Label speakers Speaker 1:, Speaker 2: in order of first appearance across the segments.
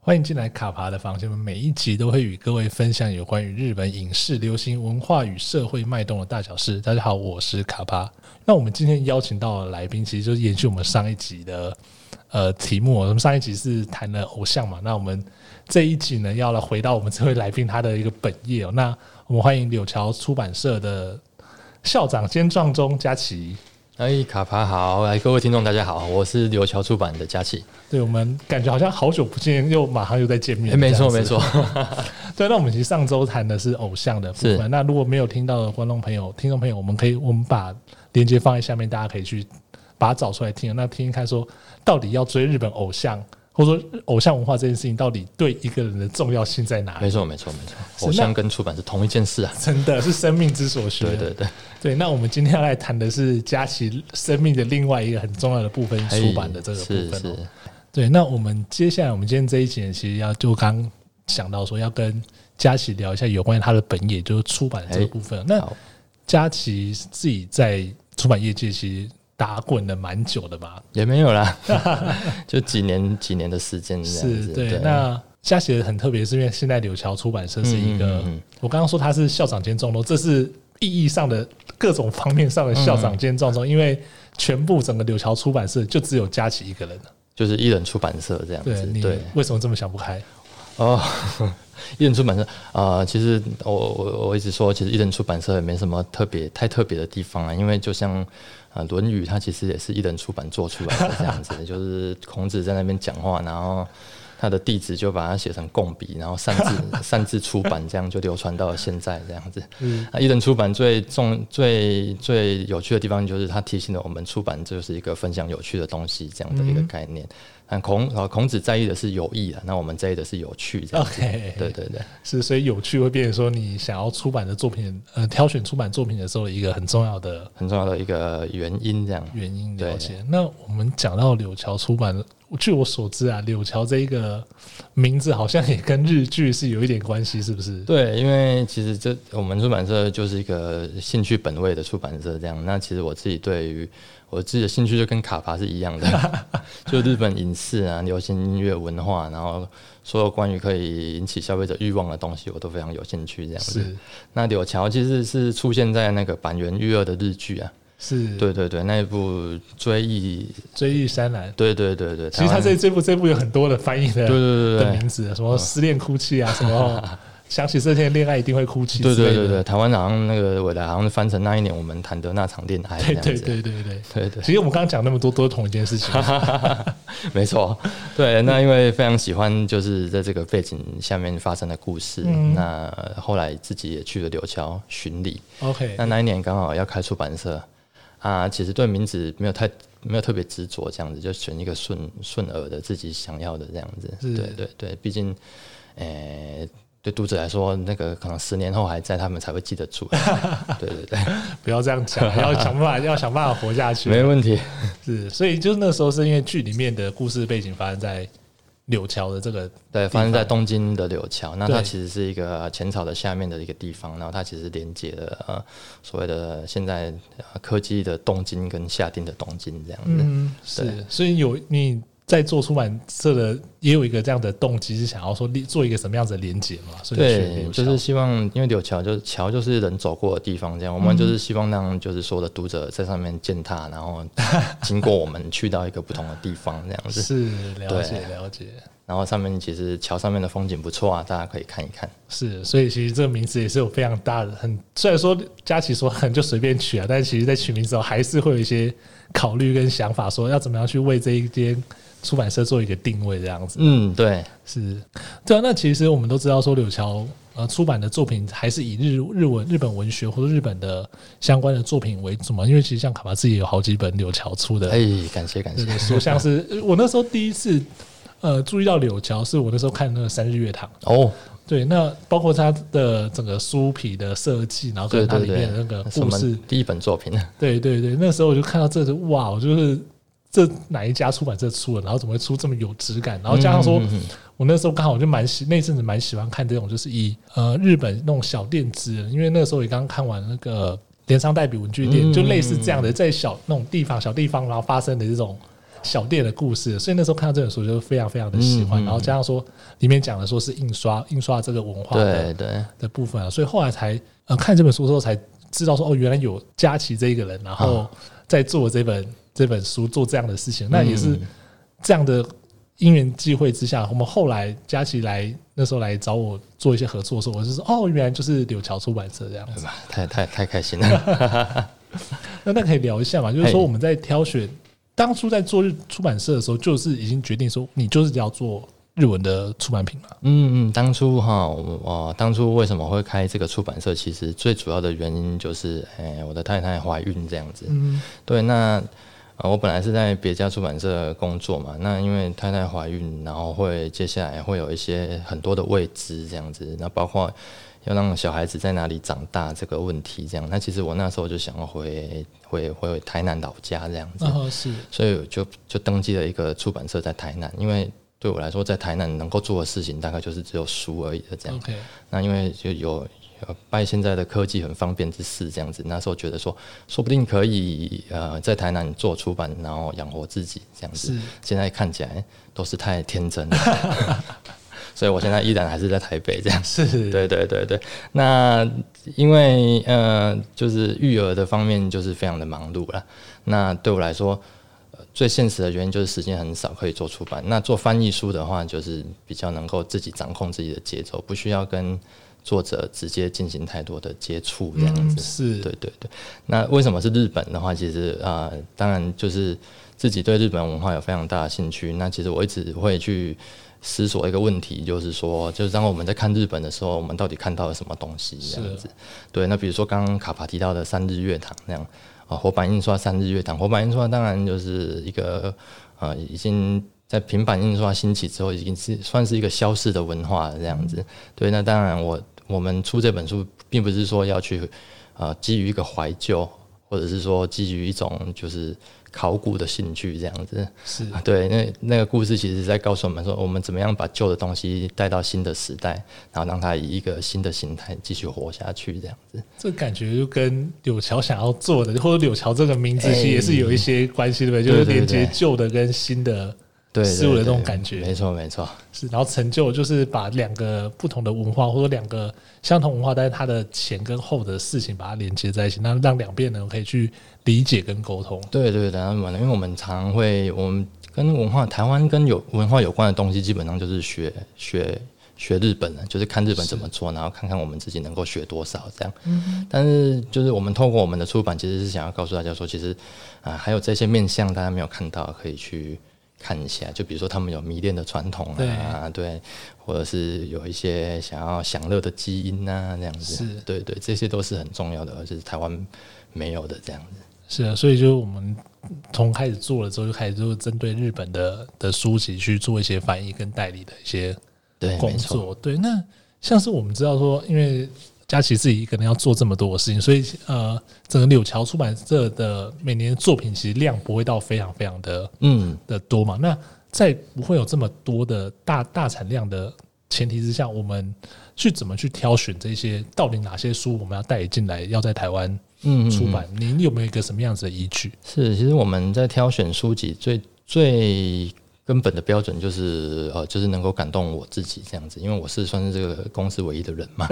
Speaker 1: 欢迎进来卡爬的房间，我们每一集都会与各位分享有关于日本影视、流行文化与社会脉动的大小事。大家好，我是卡爬。那我们今天邀请到的来宾，其实就是延续我们上一集的呃题目。我们上一集是谈了偶像嘛，那我们这一集呢，要来回到我们这位来宾他的一个本业哦。那我们欢迎柳桥出版社的校长兼撞钟佳琪。
Speaker 2: 哎，卡帕好，哎，各位听众大家好，我是刘桥出版的佳琪。
Speaker 1: 对我们感觉好像好久不见，又马上又在见面。
Speaker 2: 哎，没错没。错，
Speaker 1: 对，那我们其实上周谈的是偶像的部
Speaker 2: 是
Speaker 1: 分。那如果没有听到的观众朋友、听众朋友，我们可以我们把链接放在下面，大家可以去把它找出来听。那听一看说，到底要追日本偶像，或者说偶像文化这件事情，到底对一个人的重要性在哪
Speaker 2: 没
Speaker 1: 里？
Speaker 2: 错没错没错，
Speaker 1: 是
Speaker 2: 偶
Speaker 1: 那
Speaker 2: 像跟出版是同一件事啊。
Speaker 1: 真的是生命之所需。啊
Speaker 2: 对对 对，
Speaker 1: 对那我们今天要来谈的是佳琪生命的另外一个很重要的部分——
Speaker 2: 哎
Speaker 1: 出版的这个部分、
Speaker 2: 是
Speaker 1: 哦。
Speaker 2: 是，
Speaker 1: 对，那我们接下来，我们今天这一集呢其实要就刚想到说要跟佳琪聊一下有关于他的本业，就是出版这个部分。那
Speaker 2: 哎好，
Speaker 1: 佳琪自己在出版业界其实打滚了蛮久的吧？
Speaker 2: 也没有啦， 就几年几年的时间这样
Speaker 1: 是
Speaker 2: 子。
Speaker 1: 对。那佳琪很特别，是因为现在柳桥出版社是一个，
Speaker 2: 嗯嗯嗯嗯
Speaker 1: 我刚刚说他是校长兼撞钟，这是意义上的各种方面上的校
Speaker 2: 嗯
Speaker 1: 长兼撞钟，因为全部整个柳桥出版社就只有佳琪一个人了。
Speaker 2: 就是一人出版社这样
Speaker 1: 对
Speaker 2: 子。
Speaker 1: 你
Speaker 2: 对，
Speaker 1: 为什么这么想不开？
Speaker 2: 哦， 一人出版社啊、呃其实我我我一直说，其实一人出版社也没什么特别太特别的地方啊，因为就像啊《论语》，它其实也是一人出版做出来的这样子，就是孔子在那边讲话，然后他的弟子就把它写成共笔，然后擅自 擅自出版，这样就流传到了现在这样子。
Speaker 1: 嗯
Speaker 2: 那一人出版最重、最最有趣的地方，就是它提醒了我们，出版就是一个分享有趣的东西这样的一
Speaker 1: 嗯
Speaker 2: 个概念。但孔呃孔子在意的是有益啊，那我们在意的是有趣这样子。
Speaker 1: OK
Speaker 2: 对对对，
Speaker 1: 是，所以有趣会变成说你想要出版的作品，呃，挑选出版作品的时候一个很重要的
Speaker 2: 很重要的一个原因这样。
Speaker 1: 原因
Speaker 2: 对
Speaker 1: 了解。那我们讲到柳桥出版，据我所知啊，柳桥这一个名字好像也跟日剧是有一点关系，是不是？
Speaker 2: 对，因为其实这我们出版社就是一个兴趣本位的出版社，这样。那其实我自己对于我自己的兴趣就跟卡巴是一样的， 就日本影视啊、流行音乐文化，然后所有关于可以引起消费者欲望的东西，我都非常有兴趣这样子。
Speaker 1: 是
Speaker 2: 那柳桥其实是出现在那个板垣育二的日剧啊，
Speaker 1: 是，
Speaker 2: 对对对，那一部追忆，
Speaker 1: 追忆山岚。
Speaker 2: 对对对对，
Speaker 1: 其实他
Speaker 2: 台湾
Speaker 1: 这这部这部有很多的翻译的
Speaker 2: 对对对嗯
Speaker 1: 的
Speaker 2: 对
Speaker 1: 名字，什么失恋哭泣啊，什 么想起这天恋爱一定会哭泣之
Speaker 2: 对
Speaker 1: 类的，
Speaker 2: 对对对，台湾好像那个未来好像翻成那一年我们谈的那场恋爱这
Speaker 1: 对
Speaker 2: 样子，
Speaker 1: 对对对对。
Speaker 2: 对对
Speaker 1: 其实我们刚刚讲那么多都是同一件事情，
Speaker 2: 没错，对，那因为非常喜欢，就是在这个背景下面发生的故事。
Speaker 1: 嗯
Speaker 2: 那后来自己也去了柳桥巡礼，
Speaker 1: OK，
Speaker 2: 那那一年刚好要开出版社啊，其实对名字没有太没有特别执着，这样子就选一个顺顺耳的自己想要的这样子。
Speaker 1: 是
Speaker 2: 对对对，毕竟，诶、对读者来说，那个可能十年后还在，他们才会记得 住。对对对，
Speaker 1: 不要这样讲，要想办法，要想办法活下去。
Speaker 2: 没问题。
Speaker 1: 是，所以就是那时候是因为剧里面的故事背景发生在柳桥的这个，
Speaker 2: 对，发生在东京的柳桥，那它
Speaker 1: 对
Speaker 2: 其实是一个前朝的下面的一个地方，然后它其实连接了、呃、所谓的现在呃科技的东京跟下町的东京这样子。
Speaker 1: 嗯，是，所以有你在做出版社的，也有一个这样的动机，是想要说连做一个什么样子的连接嘛？所以去
Speaker 2: 对，
Speaker 1: 柳
Speaker 2: 就
Speaker 1: 桥
Speaker 2: 是希望，因为柳桥就是桥，就是人走过的地方，这样我们就是希望让就是所有的读者在上面践踏，然后经过我们去到一个不同的地方这样子。
Speaker 1: 是了解
Speaker 2: 对
Speaker 1: 了解，
Speaker 2: 然后上面其实桥上面的风景不错啊，大家可以看一看。
Speaker 1: 是，所以其实这个名字也是有非常大的，很虽然说佳琪说很就随便取啊，但是其实在取名的时候还是会有一些考虑跟想法，说要怎么样去为这一间出版社做一个定位这样子。
Speaker 2: 嗯，对，
Speaker 1: 是，对啊。那其实我们都知道，说柳桥呃出版的作品还是以日日文日本文学或者日本的相关的作品为主嘛。因为其实像卡巴自己也有好几本柳桥出的
Speaker 2: 哎、感谢感
Speaker 1: 对
Speaker 2: 谢
Speaker 1: 对书，像是呃我那时候第一次呃注意到柳桥，是我那时候看那个《三日月堂》。
Speaker 2: 哦。
Speaker 1: 对，那包括它的整个书皮的设计，然后
Speaker 2: 对
Speaker 1: 跟它
Speaker 2: 对
Speaker 1: 里
Speaker 2: 对
Speaker 1: 面的那个，
Speaker 2: 什
Speaker 1: 故
Speaker 2: 么
Speaker 1: 事，
Speaker 2: 第一本作品？
Speaker 1: 对对对，那时候我就看到这个，哇，我就是这哪一家出版社出了，然后怎么会出这么有质感？然后加上说，
Speaker 2: 嗯嗯嗯嗯
Speaker 1: 我那时候刚好就蛮喜，那阵子蛮喜欢看这种，就是以呃日本那种小店之人，因为那时候也刚看完那个镰仓代笔文具店，
Speaker 2: 嗯
Speaker 1: 就类似这样的，在小那种地方小地方，然后发生的这种小店的故事，所以那时候看到这本书就非常非常的喜欢，
Speaker 2: 嗯嗯
Speaker 1: 然后加上说里面讲的说是印刷印刷这个文化的
Speaker 2: 对对，
Speaker 1: 的部分啊，所以后来才呃看这本书之后才知道说哦，原来有佳琪这一个人，然
Speaker 2: 啊
Speaker 1: 后在做这本、这本书做这样的事情，那也是
Speaker 2: 嗯
Speaker 1: 这样的因缘际会之下，我们后来佳琪来那时候来找我做一些合作的时候，我就说哦，原来就是柳桥出版社这样子。
Speaker 2: 嗯太太太开心 了。
Speaker 1: 那那可以聊一下嘛，就是说
Speaker 2: 嘿
Speaker 1: 我们在挑选当初在做日出版社的时候，就是已经决定说你就是要做日文的出版品嘛。
Speaker 2: 嗯嗯，当初哈，我我当初为什么会开这个出版社？其实最主要的原因就是，哎、我的太太怀孕这样子。
Speaker 1: 嗯
Speaker 2: 对，那、呃、我本来是在别家出版社工作嘛，那因为太太怀孕，然后会接下来会有一些很多的未知这样子，那包括要让小孩子在哪里长大这个问题这样。那其实我那时候就想要回回回台南老家这样子，
Speaker 1: 然后是
Speaker 2: 所以我就就登记了一个出版社在台南，因为。对我来说，在台南能够做的事情大概就是只有书而已的这样。
Speaker 1: OK，
Speaker 2: 那因为就有呃拜现在的科技很方便之事这样子，那时候觉得说，嗯说不定可以呃在台南做出版，然后养活自己这样子
Speaker 1: 是。
Speaker 2: 现在看起来都是太天真了， 所以我现在依然还是在台北这样。
Speaker 1: 是
Speaker 2: 对对对对，那因为呃，就是育儿的方面就是非常的忙碌了。那对我来说，呃最现实的原因就是时间很少可以做出版。那做翻译书的话，就是比较能够自己掌控自己的节奏，不需要跟作者直接进行太多的接触这样
Speaker 1: 嗯
Speaker 2: 子。
Speaker 1: 是
Speaker 2: 对对对，那为什么是日本的话？其实啊、呃当然就是自己对日本文化有非常大的兴趣。那其实我一直会去思索一个问题，就是说，就是当我们在看日本的时候，我们到底看到了什么东西？这样子。对，那比如说刚刚卡帕提到的三日月堂那样啊，活版印刷三日月堂，活版印刷当然就是一个呃已经。在平板印刷兴起之后，已经是算是一个消逝的文化了这样子。对，那当然我我们出这本书，并不是说要去呃，基于一个怀旧，或者是说基于一种就是考古的兴趣这样子。
Speaker 1: 是
Speaker 2: 啊对，那那个故事其实是在告诉我们说，我们怎么样把旧的东西带到新的时代，然后让它以一个新的形态继续活下去这样子。
Speaker 1: 这感觉就跟柳桥想要做的，或者柳桥这个名字其实也是有一些关系，对不对？就是连接
Speaker 2: 哎对对对
Speaker 1: 旧的跟新的
Speaker 2: 对，
Speaker 1: 事物的
Speaker 2: 对
Speaker 1: 那种
Speaker 2: 对
Speaker 1: 感觉
Speaker 2: 没错没错，
Speaker 1: 是，然后成就就是把两个不同的文化，或者两个相同文化，但是它的前跟后的事情把它连接在一起，那让两边人可以去理解跟沟通。
Speaker 2: 对对对，然后因为我们常会，我们跟文化，台湾跟有文化有关的东西，基本上就是学学学日本的，就是看日本怎么做，然后看看我们自己能够学多少这样。
Speaker 1: 嗯
Speaker 2: 但是就是我们透过我们的出版，其实是想要告诉大家说，其实啊、还有这些面向大家没有看到，可以去。看一下，就比如说他们有迷恋的传统啊，对，或者是有一些想要享乐的基因啊，这样子，
Speaker 1: 是
Speaker 2: 对对，这些都是很重要的，而且是台湾没有的这样子。
Speaker 1: 是啊，所以就是我们从开始做了之后，就开始就是针对日本的的书籍去做一些翻译跟代理的一些
Speaker 2: 对，
Speaker 1: 工
Speaker 2: 哎没错。
Speaker 1: 作。对，那像是我们知道说，因为佳琪自己一个人要做这么多的事情，所以呃，整个柳桥出版社的每年的作品其实量不会到非常非常的
Speaker 2: 嗯，
Speaker 1: 的多嘛。那在不会有这么多的大大产量的前提之下，我们去怎么去挑选这些到底哪些书我们要带进来，要在台湾
Speaker 2: 嗯，嗯
Speaker 1: 出版？您有没有一个什么样子的依据？
Speaker 2: 是，其实我们在挑选书籍最最根本的标准就是呃，就是能够感动我自己这样子，因为我是算是这个公司唯一的人 嘛，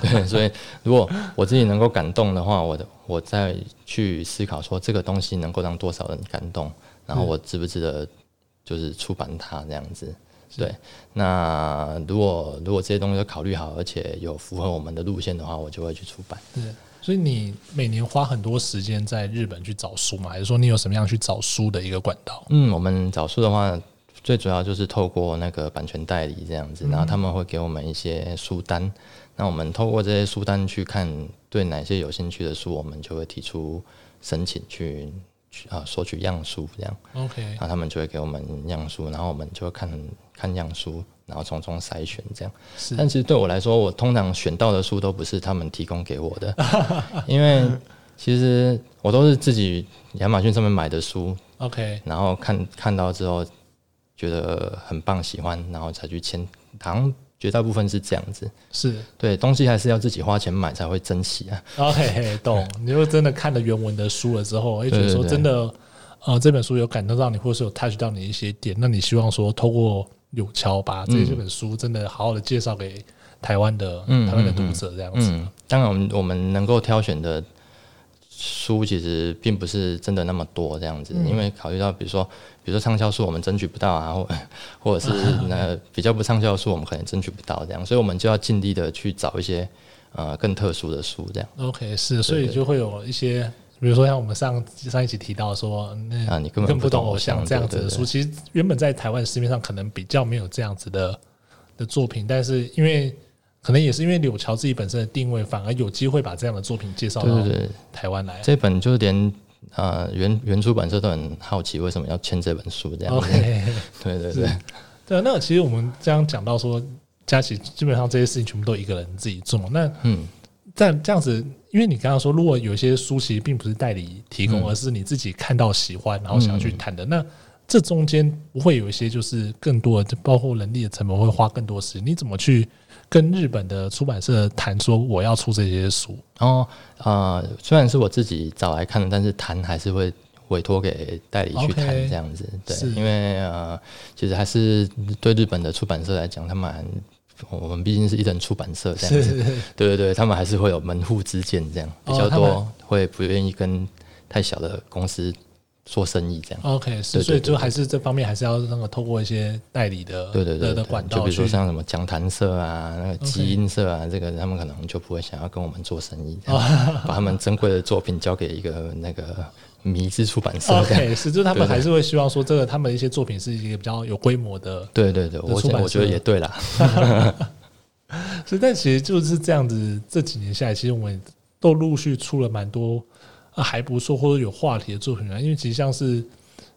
Speaker 2: 对，所以如果我自己能够感动的话，我的我再去思考说这个东西能够让多少人感动，然后我值不值得就是出版它这样子。对，那如果如果这些东西都考虑好，而且有符合我们的路线的话，我就会去出版。
Speaker 1: 对，所以你每年花很多时间在日本去找书吗？还是说你有什么样去找书的一个管道？
Speaker 2: 嗯，我们找书的话，最主要就是透过那个版权代理这样子，然后他们会给我们一些书单，那我们透过这些书单去看对哪些有兴趣的书，我们就会提出申请去去啊索取样书这样，
Speaker 1: OK，
Speaker 2: 然后他们就会给我们样书，然后我们就会看看样书，然后从中筛选这样。
Speaker 1: 是
Speaker 2: 但其实对我来说，我通常选到的书都不是他们提供给我的，因为其实我都是自己亚马逊上面买的书，
Speaker 1: OK，
Speaker 2: 然后看看到之后觉得很棒，喜欢，然后才去签。好像绝大部分是这样子，
Speaker 1: 是
Speaker 2: 对，东西还是要自己花钱买才会珍惜啊。
Speaker 1: OK，懂。你就真的看了原文的书了之后，会觉得
Speaker 2: 对对
Speaker 1: 说
Speaker 2: 对
Speaker 1: 真的，呃这本书有感动到你，或是有 touch 到你一些点，那你希望说透过柳桥把这这本书真的好好的介绍给台湾的、
Speaker 2: 嗯
Speaker 1: 台湾的读者这样子，
Speaker 2: 嗯，当然我们我们能够挑选的书其实并不是真的那么多这样子，因为考虑到比如说比如说畅销书我们争取不到啊， 或或者是那比较不畅销的书我们可能争取不到这样，所以我们就要尽力的去找一些呃更特殊的书这样。
Speaker 1: OK，是，所
Speaker 2: 对
Speaker 1: 以
Speaker 2: 对
Speaker 1: 就会有一些，比如说像我们上上一集提到说，那
Speaker 2: 啊你根本
Speaker 1: 不
Speaker 2: 不懂
Speaker 1: 懂
Speaker 2: 偶
Speaker 1: 像
Speaker 2: 像
Speaker 1: 这样
Speaker 2: 对
Speaker 1: 子的
Speaker 2: 对对
Speaker 1: 书，其实原本在台湾市面上可能比较没有这样子的的作品，但是因为可能也是因为柳桥自己本身的定位，反而有机会把这样的作品介绍
Speaker 2: 对
Speaker 1: 到
Speaker 2: 对对，
Speaker 1: 台湾来。
Speaker 2: 这本就连呃原原出版社都很好奇为什么要签这本书这样子。
Speaker 1: OK，
Speaker 2: 对对对，
Speaker 1: 对啊，那其实我们这样讲到说，佳琪基本上这些事情全部都一个人自己做嘛，那
Speaker 2: 嗯。
Speaker 1: 这样这样子，因为你刚刚说，如果有一些书其实并不是代理提供，
Speaker 2: 嗯
Speaker 1: 而是你自己看到喜欢，然后想要去谈的，那这中间不会有一些就是更多的，包括人力的成本会花更多时间，你怎么去跟日本的出版社谈说我要出这些书？
Speaker 2: 然后呃，虽然是我自己找来看的，但是谈还是会委托给代理去
Speaker 1: OK，
Speaker 2: 谈这样子。
Speaker 1: 是
Speaker 2: 对，因为呃，其实还是对日本的出版社来讲，他们还我们毕竟是一人出版社这样子，对对对，他们还是会有门户之见这样，比
Speaker 1: 哦
Speaker 2: 较
Speaker 1: 他
Speaker 2: 多、
Speaker 1: 们
Speaker 2: 会不愿意跟太小的公司做生意这样。
Speaker 1: ，OK，是，
Speaker 2: 对对
Speaker 1: 所以
Speaker 2: 对
Speaker 1: 就还是这方面还是要那个透过一些代理的
Speaker 2: 对对对
Speaker 1: 的的
Speaker 2: 对
Speaker 1: 管
Speaker 2: 就
Speaker 1: 道
Speaker 2: 比如
Speaker 1: 去
Speaker 2: 说。像什么讲坛社啊、那个
Speaker 1: OK
Speaker 2: 基因社啊这个他们可能就不会想要跟我们做生意
Speaker 1: 哦
Speaker 2: 这样， 把他们珍贵的作品交给一个那个迷之出版社这样。
Speaker 1: 哦 OK，是，就是他们
Speaker 2: 对对
Speaker 1: 还是会希望说，这个他们的一些作品是一个比较有规模的
Speaker 2: 对对对，
Speaker 1: 的
Speaker 2: 我
Speaker 1: 出
Speaker 2: 觉
Speaker 1: 版
Speaker 2: 得我觉得
Speaker 1: 社
Speaker 2: 也对啦。
Speaker 1: 所以，但其实就是这样子。这几年下来，其实我们都陆续出了蛮多、啊、还不错或者有话题的作品啊。因为其实像是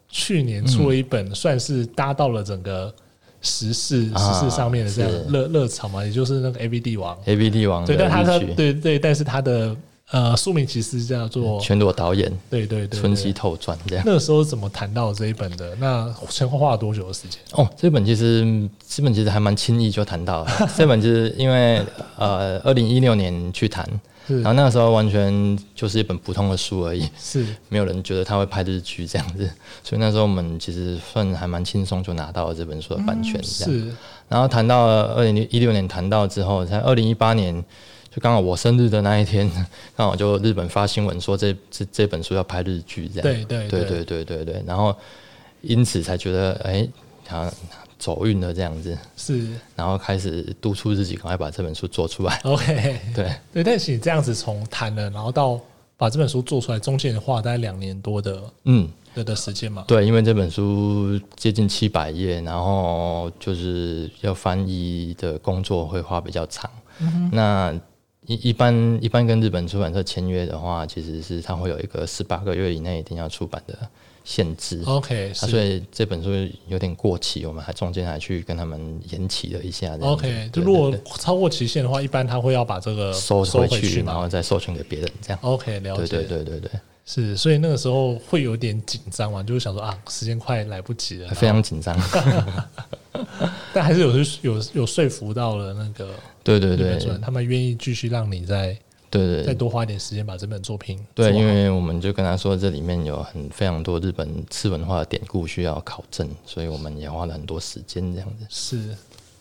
Speaker 1: 去年出了一
Speaker 2: 嗯
Speaker 1: 本，算是搭到了整个时事、
Speaker 2: 啊
Speaker 1: 时事上面的这样
Speaker 2: 是
Speaker 1: 热热潮嘛，也就是那个 A B D 王。
Speaker 2: A B D 王
Speaker 1: 对，但他
Speaker 2: 的
Speaker 1: 他
Speaker 2: 日剧，
Speaker 1: 对对，但是他的呃书名其实叫做
Speaker 2: 全裸导演
Speaker 1: 对对对
Speaker 2: 嗯春熙
Speaker 1: 对
Speaker 2: 透传这样。
Speaker 1: 那时候怎么谈到这一本的？那前后花了多久的时间？
Speaker 2: 哦，这本其实这本其实还蛮轻易就谈到了。这本就是因为呃，二零一六年去谈，
Speaker 1: 是
Speaker 2: 然后那个时候完全就是一本普通的书而已，
Speaker 1: 是
Speaker 2: 没有人觉得他会拍日剧这样子， 所以那时候我们其实算还蛮轻松就拿到了这本书的版权这样。
Speaker 1: 是
Speaker 2: 然后谈到二零一六年谈到之后，在二零一八年就刚好我生日的那一天， 刚好就日本发新闻说这这这本书要拍日剧这样。
Speaker 1: 对对
Speaker 2: 对
Speaker 1: 对
Speaker 2: 对对对对，然后因此才觉得哎，好像走运了这样子，
Speaker 1: 是
Speaker 2: 然后开始督促自己赶快把这本书做出来。
Speaker 1: OK。
Speaker 2: 对，
Speaker 1: 对，但是你这样子从谈了，然后到把这本书做出来，中间花了大概两年多的
Speaker 2: 嗯，
Speaker 1: 的的时间嘛。
Speaker 2: 对，因为这本书接近七百页，然后就是要翻译的工作会花比较长。
Speaker 1: 嗯
Speaker 2: 那一一般一般跟日本出版社签约的话，其实是它会有一个十八个月以内一定要出版的限制。
Speaker 1: OK，
Speaker 2: 啊
Speaker 1: 哦
Speaker 2: 所
Speaker 1: 是
Speaker 2: 以这本书有点过期，我们还中间还去跟他们延期了一下这样子。
Speaker 1: OK。就
Speaker 2: 对
Speaker 1: 如果
Speaker 2: 对
Speaker 1: 超过期限的话，一般他会要把这个
Speaker 2: 对收
Speaker 1: 收
Speaker 2: 回
Speaker 1: 回
Speaker 2: 去，然
Speaker 1: 嘛。
Speaker 2: 后再授权给别人这样。
Speaker 1: OK，了
Speaker 2: 对
Speaker 1: 解。
Speaker 2: 对对对对，
Speaker 1: 是，所以那个时候会有点紧张嘛，就是想说啊，时间快来不及了。
Speaker 2: 非常 紧张。
Speaker 1: 但还是有有有说服到了那个
Speaker 2: 对对
Speaker 1: 日
Speaker 2: 对
Speaker 1: 本出版，他们愿意继续让你再
Speaker 2: 对对，
Speaker 1: 再多花一点时间把这本作品做
Speaker 2: 对，
Speaker 1: 好
Speaker 2: 因为我们就跟他说，这里面有很非常多日本次文化的典故需要考证，所以我们也花了很多时间这样子。
Speaker 1: 是，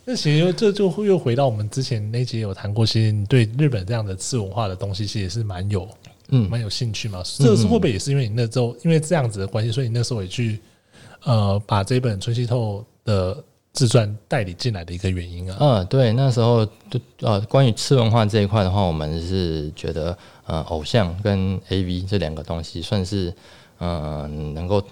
Speaker 1: 那其实又这就会又回到我们之前那集有谈过，其实你对日本这样的次文化的东西，其实也是蛮有
Speaker 2: 嗯，
Speaker 1: 蛮有兴趣嘛。这是会不会也是因为你那时候因为这样子的关系，所以你那时候也去呃把这本春熙透的自传代理进来的一个原因啊？
Speaker 2: 呃，对，那时候对呃，关于次文化这一块的话，我们是觉得呃，偶像跟 A V 这两个东西算是呃能够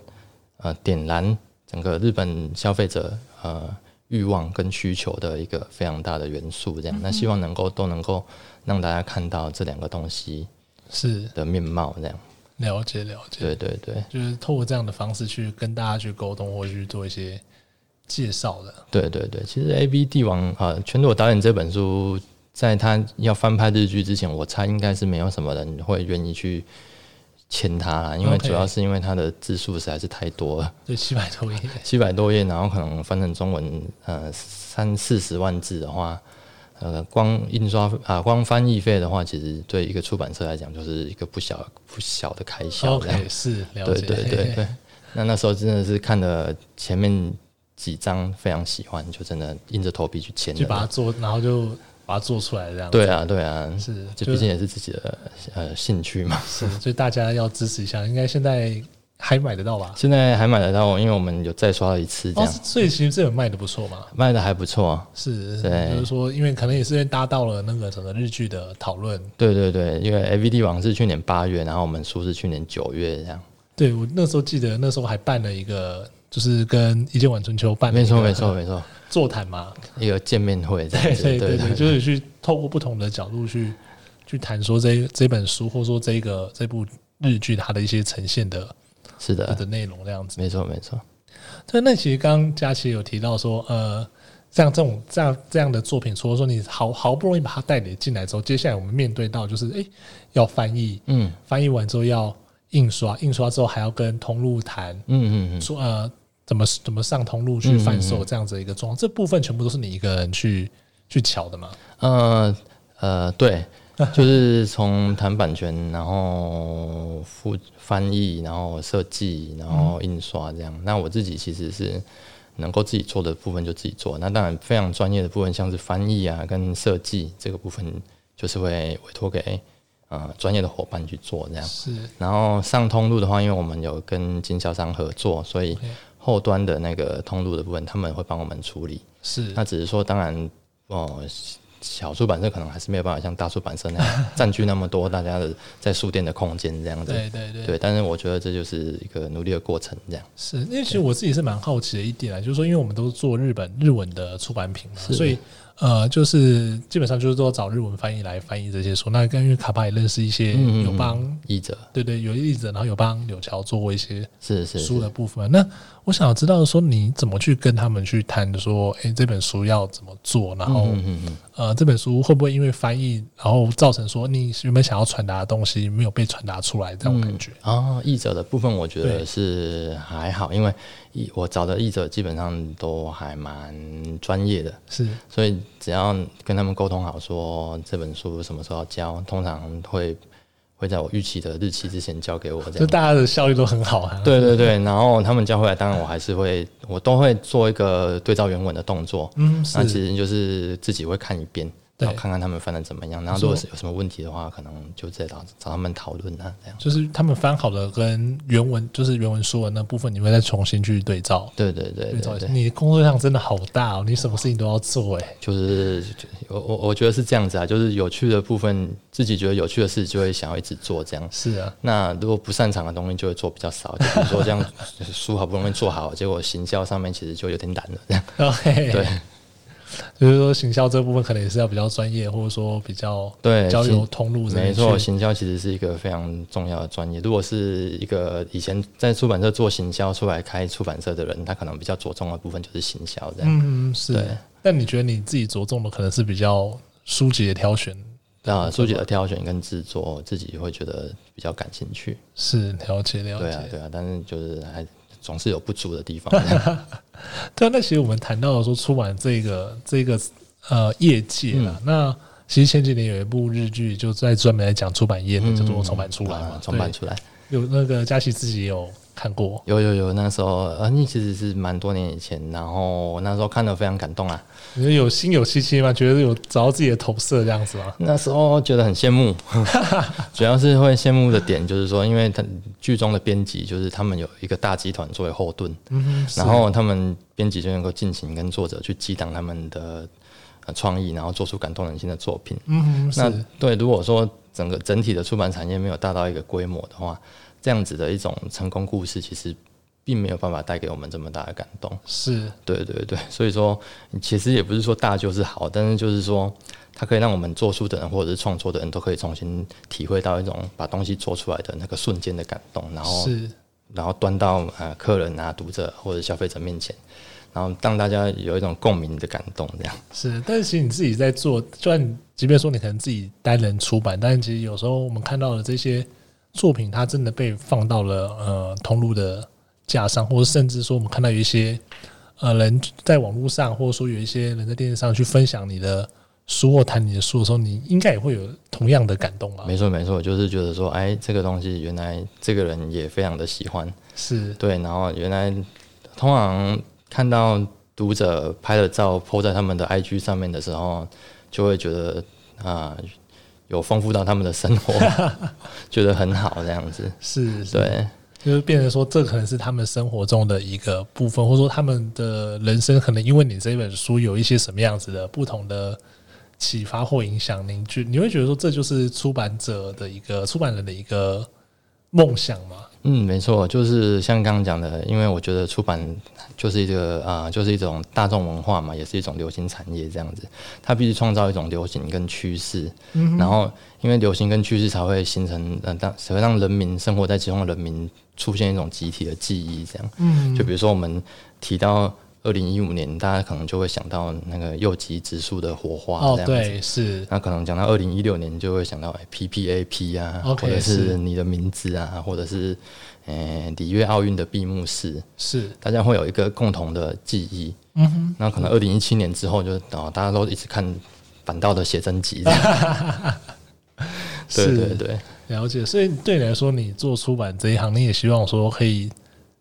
Speaker 2: 呃点燃整个日本消费者呃欲望跟需求的一个非常大的元素，
Speaker 1: 嗯
Speaker 2: 这样。那希望能够都能够让大家看到这两个东西
Speaker 1: 是
Speaker 2: 的面貌，这样。
Speaker 1: 了解了解，
Speaker 2: 对对对。
Speaker 1: 就是透过这样的方式去跟大家去沟通，或去做一些介绍的。
Speaker 2: 对对对，其实《A B 帝王》呃，全裸导演这本书，在他要翻拍日剧之前，我猜应该是没有什么人会愿意去签他啦，因为
Speaker 1: OK
Speaker 2: 主要是因为他的字数实在是太多了，
Speaker 1: 对，七百多页，
Speaker 2: 七百多页，然后可能翻成中文呃三四十万字的话。呃，光印刷啊、光翻译费的话，其实对一个出版社来讲，就是一个不小不小的开销。这样
Speaker 1: OK，是了
Speaker 2: 对
Speaker 1: 解，
Speaker 2: 对对对，那那时候真的是看了前面几张非常喜欢，就真的硬着头皮去签
Speaker 1: 去把它
Speaker 2: 了。
Speaker 1: 做，然后就把它做出来这样。
Speaker 2: 对啊，对啊，
Speaker 1: 是
Speaker 2: 就
Speaker 1: 就
Speaker 2: 毕竟也是自己的呃兴趣嘛。
Speaker 1: 是，所以大家要支持一下，应该现在还买得到吧？
Speaker 2: 现在还买得到，因为我们有再刷了一次，这
Speaker 1: 哦，
Speaker 2: 样、
Speaker 1: 是所以其实这本卖的不错嘛。
Speaker 2: 卖的还不错、啊。
Speaker 1: 是，
Speaker 2: 对
Speaker 1: 就是说，因为可能也是因为搭到了那个整个日剧的讨论。
Speaker 2: 对对对，因为 AVD 网是去年八月，然后我们书是去年九月这样。
Speaker 1: 对我那时候记得，那时候还办了一个，就是跟《一见晚春秋》办了
Speaker 2: 没
Speaker 1: 一个
Speaker 2: 错没错没错，
Speaker 1: 座谈嘛。
Speaker 2: 一个见面会这样
Speaker 1: 对
Speaker 2: 子。
Speaker 1: 对
Speaker 2: 对
Speaker 1: 对对，就是去透过不同的角度去去谈说这这本书，或者说这个这部日剧它的一些呈现的
Speaker 2: 是的，
Speaker 1: 的内容这样子。
Speaker 2: 没错没错。
Speaker 1: 对，那其实刚刚佳琪有提到说，呃，像这种这样这样的作品，除了说你好好不容易把它代理进来之后，接下来我们面对到就是，诶，要翻译，
Speaker 2: 嗯
Speaker 1: 翻译完之后要印刷，印刷之后还要跟通路谈，
Speaker 2: 嗯嗯嗯，
Speaker 1: 说呃怎么怎么上通路去贩售这样子的一个状况，这部分全部都是你一个人去去瞧的嘛？
Speaker 2: 呃呃，对，就是从谈版权，然后复翻译，然后设计，然后印刷这样。那我自己其实是能够自己做的部分就自己做。那当然非常专业的部分，像是翻译啊跟设计这个部分，就是会委托给呃专业的伙伴去做这样。
Speaker 1: 是
Speaker 2: 然后上通路的话，因为我们有跟经销商合作，所以
Speaker 1: OK
Speaker 2: 后端的那个通路的部分，他们会帮我们处理。
Speaker 1: 是
Speaker 2: 那只是说，当然，哦，小出版社可能还是没有办法像大出版社 那样占据那么多大家的在书店的空间这样子。
Speaker 1: 对对对，
Speaker 2: 对，但是我觉得这就是一个努力的过程，这样。
Speaker 1: 是，因为其实我自己是蛮好奇的一点啊，就是说，因为我们都是做日本日文的出版品嘛，
Speaker 2: 是
Speaker 1: 所以呃，就是基本上就是都要找日文翻译来翻译这些书。那跟因为卡巴也认识一些
Speaker 2: 嗯嗯嗯
Speaker 1: 有帮，
Speaker 2: 译者
Speaker 1: 对对，有译者，然后有帮柳桥做过一些
Speaker 2: 是是
Speaker 1: 书
Speaker 2: 是，
Speaker 1: 的部分。啊那我想知道说，你怎么去跟他们去谈说，哎、这本书要怎么做？然后、
Speaker 2: 嗯嗯嗯，
Speaker 1: 呃，这本书会不会因为翻译，然后造成说你原本想要传达的东西没有被传达出来这种感觉？
Speaker 2: 哦，译者的部分我觉
Speaker 1: 对
Speaker 2: 得是还好，因为译我找的译者基本上都还蛮专业的，
Speaker 1: 是
Speaker 2: 所以只要跟他们沟通好，说这本书什么时候要交，通常会会在我预期的日期之前交给我这
Speaker 1: 就
Speaker 2: 样。
Speaker 1: 大家的效率都很好啊。
Speaker 2: 对对对，然后他们交回来，当然我还是会，我都会做一个对照原文的动作。
Speaker 1: 嗯，是
Speaker 2: 那其实就是自己会看一遍，
Speaker 1: 对
Speaker 2: 然后看看他们翻的怎么样。然后如果是有什么问题的话，可能就再找找他们讨论啊，这样。
Speaker 1: 就是他们翻好的跟原文，就是原文说的那部分，你会再重新去对照。
Speaker 2: 对对对
Speaker 1: 对照
Speaker 2: 对
Speaker 1: 一下，
Speaker 2: 对，
Speaker 1: 你工作量真的好大哦，你什么事情都要做哎、
Speaker 2: 就是我我我觉得是这样子啊，就是有趣的部分，自己觉得有趣的事就会想要一直做这样。
Speaker 1: 是啊，
Speaker 2: 那如果不擅长的东西就会做比较少，就比如说这样 书好不容易做好，结果行销上面其实就有点懒了这样。
Speaker 1: OK，
Speaker 2: 对，
Speaker 1: 啊 就是说行销这部分可能也是要比较专业，或者说比较
Speaker 2: 对
Speaker 1: 交流
Speaker 2: 行
Speaker 1: 通路这边
Speaker 2: 没错，
Speaker 1: 去
Speaker 2: 行销其实是一个非常重要的专业。如果是一个以前在出版社做行销出来开出版社的人，他可能比较着重的部分就是行销这样。
Speaker 1: 嗯，
Speaker 2: 对
Speaker 1: 是。但你觉得你自己着重的可能是比较书籍的挑选，嗯
Speaker 2: 那书籍的挑选跟制作，自己会觉得比较感兴趣。
Speaker 1: 是了解了解。
Speaker 2: 对啊，对啊，但是就是还总是有不足的地方。
Speaker 1: 对啊，那其实我们谈到了说出版这个这个呃业界
Speaker 2: 嗯
Speaker 1: 啦，那其实前几年有一部日剧，就在专门来讲出版业的， 叫做《重版出来》嘛
Speaker 2: 嗯啊，重版
Speaker 1: 对
Speaker 2: 出来。
Speaker 1: 有那个佳琪自己也有看过，
Speaker 2: 有有有，那时候呃，那其实是蛮多年以前，然后那时候看的非常感动啊，
Speaker 1: 你说有心有戚戚吗？觉得有找到自己的投射这样子吗？
Speaker 2: 那时候觉得很羡慕，主要是会羡慕的点就是说，因为他剧中的编辑就是他们有一个大集团作为后盾，
Speaker 1: 嗯，
Speaker 2: 然后他们编辑就能够尽情跟作者去激荡他们的呃创意，然后做出感动人心的作品。
Speaker 1: 嗯
Speaker 2: 那
Speaker 1: 是
Speaker 2: 对，如果说整个整体的出版产业没有大到一个规模的话，这样子的一种成功故事，其实并没有办法带给我们这么大的感动。
Speaker 1: 是
Speaker 2: 对对 对，所以说其实也不是说大就是好，但是就是说它可以让我们做书的人或者是创作的人都可以重新体会到一种把东西做出来的那个瞬间的感动，然后
Speaker 1: 是
Speaker 2: 然后端到呃客人啊、读者或者消费者面前，然后让大家有一种共鸣的感动，这样
Speaker 1: 是，但是其实你自己在做，就算你即便说你可能自己单人出版，但是其实有时候我们看到的这些作品，它真的被放到了呃通路的架上，或者甚至说我们看到有一些呃人在网络上，或者说有一些人在电视上去分享你的书或谈你的书的时候，你应该也会有同样的感动吧？
Speaker 2: 没错没错，我就是觉得说，哎，这个东西原来这个人也非常的喜欢，
Speaker 1: 是，
Speaker 2: 对，然后原来通常看到读者拍了照 po 在他们的 IG 上面的时候，就会觉得啊、有丰富到他们的生活，觉得很好这样子。
Speaker 1: 是是，
Speaker 2: 对，
Speaker 1: 就是变成说，这可能是他们生活中的一个部分，或者说他们的人生可能因为你这本书有一些什么样子的不同的启发或影响，你就你会觉得说，这就是出版者的一个出版人的一个梦想嘛？
Speaker 2: 嗯，没错，就是像刚刚讲的，因为我觉得出版就是一个啊、就是一种大众文化嘛，也是一种流行产业这样子。它必须创造一种流行跟趋势，
Speaker 1: 嗯
Speaker 2: 然后因为流行跟趋势才会形成，呃，让才会让人民生活在其中的人民出现一种集体的记忆，这样。
Speaker 1: 嗯，
Speaker 2: 就比如说我们提到二零一五年，大家可能就会想到那个右极指数的火花，
Speaker 1: 哦
Speaker 2: 这，样子。
Speaker 1: 对，是，
Speaker 2: 那可能讲到二零一六年，就会想到哎 PPAP 啊
Speaker 1: OK，
Speaker 2: 或者
Speaker 1: 是
Speaker 2: 是你的名字啊，或者是呃里约奥运的闭幕式，
Speaker 1: 是，
Speaker 2: 大家会有一个共同的记忆。
Speaker 1: 嗯哼，
Speaker 2: 那可能二零一七年之后就，哦大家都一直看反倒的写真集 这样，对
Speaker 1: 是
Speaker 2: 对对，
Speaker 1: 了解，所以对你来说，你做出版这一行，你也希望说可以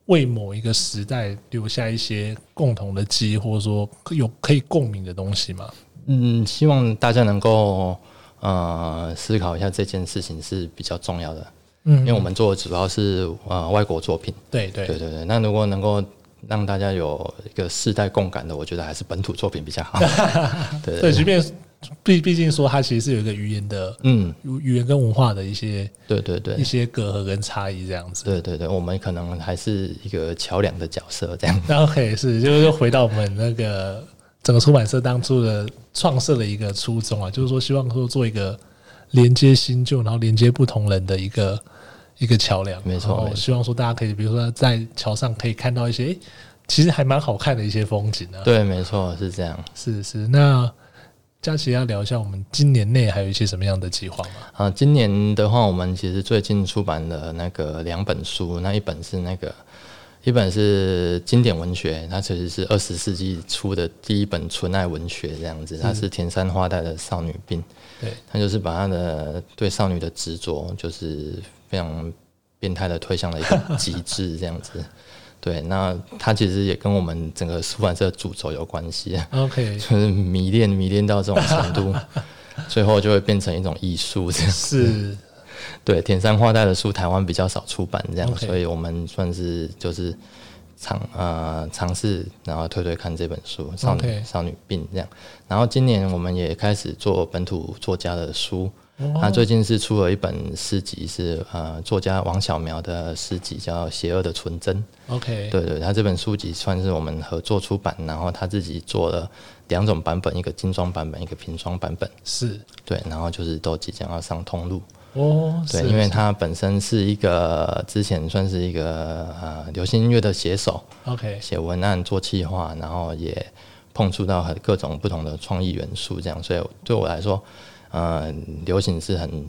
Speaker 1: 为某一个时代留下一些共同的记忆，或者说有可以共鸣的东西嘛？
Speaker 2: 嗯，希望大家能够呃思考一下这件事情是比较重要的，
Speaker 1: 嗯
Speaker 2: 因为我们做的主要是呃外国作品，
Speaker 1: 对对
Speaker 2: 对对对，那如果能够让大家有一个世代共感的，我觉得还是本土作品比较好。对
Speaker 1: 对，
Speaker 2: 对，
Speaker 1: 即便毕毕竟说它其实是有一个语言的
Speaker 2: 嗯，
Speaker 1: 语言跟文化的一些
Speaker 2: 对对对
Speaker 1: 一，些隔阂跟差异这样子。
Speaker 2: 对对对，我们可能还是一个桥梁的角色这样。
Speaker 1: 那 OK 是，就是又回到我们那个整个出版社当初的创设的一个初衷啊，就是说希望说做一个连接新旧，然后连接不同人的一个一个桥梁。啊
Speaker 2: 没错
Speaker 1: 然后
Speaker 2: 没错
Speaker 1: 希望说大家可以，比如说在桥上可以看到一些，诶其实还蛮好看的一些风景啊。
Speaker 2: 对，没错，是这样。
Speaker 1: 是是，那佳琪要聊一下我们今年内还有一些什么样的计划吗？
Speaker 2: 啊，今年的话，我们其实最近出版了那个两本书，那一本是那个，一本是经典文学，它其实是二十世纪初的第一本纯爱文学这样子，它是田山花代的《少女病》，
Speaker 1: 对，
Speaker 2: 他就是把他的对少女的执着，就是非常变态的推向了一个极致，这样子。 对，那他其实也跟我们整个出版社主轴有关系，
Speaker 1: OK，
Speaker 2: 就是迷恋迷恋到这种程度，最后就会变成一种艺术这样。
Speaker 1: 是
Speaker 2: 对，田山画带的书台湾比较少出版这样
Speaker 1: OK
Speaker 2: 所以我们算是就是尝呃尝试，然后推推看这本书《少女
Speaker 1: OK
Speaker 2: 少女病》这样。然后今年我们也开始做本土作家的书，
Speaker 1: 哦
Speaker 2: 他最近是出了一本诗集是，呃作家王小苗的诗集，叫《邪恶的纯真》。
Speaker 1: OK，
Speaker 2: 对对，他这本书籍算是我们合作出版，然后他自己做了两种版本，一个精装版本，一个平装版本。
Speaker 1: 是
Speaker 2: 对，然后就是都即将要上通路。
Speaker 1: 哦，
Speaker 2: 对，
Speaker 1: 是
Speaker 2: 因为他本身是一个之前算是一个呃流行音乐的写手，
Speaker 1: OK
Speaker 2: 写文案、做企划，然后也碰触到很各种不同的创意元素，这样，所以对我来说，呃，流行是很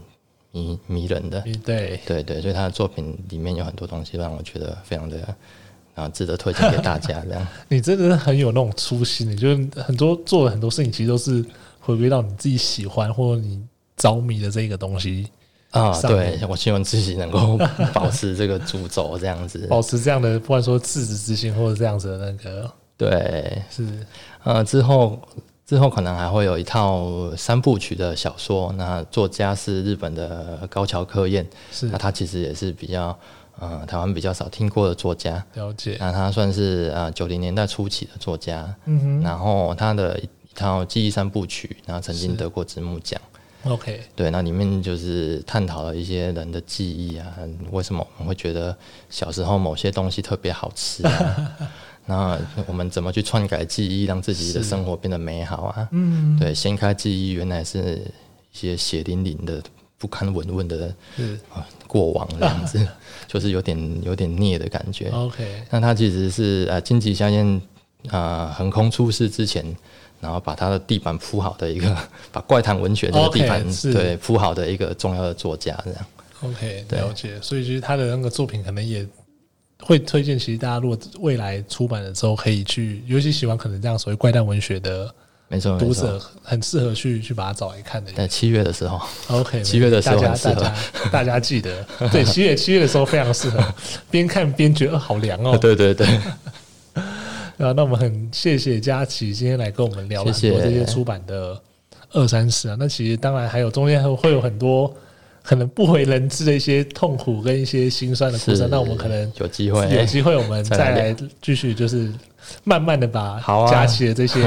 Speaker 2: 迷迷人的，
Speaker 1: 对。
Speaker 2: 对对，所以他的作品里面有很多东西让我觉得非常的啊值得推荐给大家，这样，
Speaker 1: 你真的是很有那种初心，你就是很多做了很多事情，其实都是回归到你自己喜欢或者你着迷的这个东西，
Speaker 2: 啊、
Speaker 1: 上面
Speaker 2: 对我希望自己能够 保持这个主轴这样子，
Speaker 1: 保持这样的，不管说赤子之心或者这样子的那个，
Speaker 2: 对，
Speaker 1: 是
Speaker 2: 呃，之后之后可能还会有一套三部曲的小说，那作家是日本的高桥克彦，
Speaker 1: 是
Speaker 2: 那他其实也是比较呃台湾比较少听过的作家，
Speaker 1: 了解，
Speaker 2: 那他啊算是呃九零年代初期的作家，
Speaker 1: 嗯
Speaker 2: 然后他的一套记忆三部曲，然后曾经得过直木奖。
Speaker 1: 哼，OK，
Speaker 2: 对，那里面就是探讨了一些人的记忆啊，为什么我们会觉得小时候某些东西特别好吃啊？ 那我们怎么去篡改记忆，让自己的生活变得美好啊？
Speaker 1: 嗯，
Speaker 2: 对，掀开记忆，原来是一些血淋淋的、不堪闻问的
Speaker 1: 是
Speaker 2: 啊过往这样子， 就是有点有点虐的感觉。
Speaker 1: OK，
Speaker 2: 那他其实是呃荆棘下宴呃横空出世之前，然后把他的地板铺好的一个， 把怪谈文学这个
Speaker 1: OK，
Speaker 2: 地板
Speaker 1: 是
Speaker 2: 对铺好的一个重要的作家这样。
Speaker 1: OK，
Speaker 2: 对
Speaker 1: 了解。所以其实他的那个作品可能也会推荐，其实大家如果未来出版的时候可以去，尤其喜欢可能这样所谓怪诞文学的
Speaker 2: 没错没
Speaker 1: 读
Speaker 2: 错。
Speaker 1: 者很适合去去把它找来看的。
Speaker 2: 在七月的时候，
Speaker 1: OK，
Speaker 2: 七月的时候
Speaker 1: 大
Speaker 2: 很
Speaker 1: 家
Speaker 2: 适合
Speaker 1: 大家大家记 得，对七月七月的时候非常适合，边看边觉得、呃、好凉哦。
Speaker 2: 对对对，
Speaker 1: 啊，那我们很谢谢佳琪今天来跟我们聊了很
Speaker 2: 谢
Speaker 1: 多这
Speaker 2: 谢
Speaker 1: 些出版的二三十啊。那其实当然还有中间还会有很多可能不为人知的一些痛苦跟一些心酸的故事
Speaker 2: 是
Speaker 1: 啊。 那我们可能
Speaker 2: 有机会，
Speaker 1: 有机会我们
Speaker 2: 再
Speaker 1: 再
Speaker 2: 来
Speaker 1: 来继续就是慢慢的把
Speaker 2: 好啊
Speaker 1: 佳琪的这些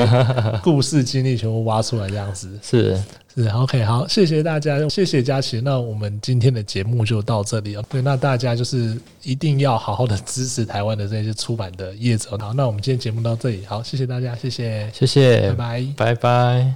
Speaker 1: 故事经历全部挖出来这样子。
Speaker 2: 是
Speaker 1: 是 OK，好，谢谢大家，谢谢佳琪。那我们今天的节目就到这里了。对，那大家就是一定要好好的支持台湾的这些出版的业者。好，那我们今天节目到这里，好，谢谢大家，谢谢，
Speaker 2: 谢谢，
Speaker 1: 拜拜。
Speaker 2: 拜拜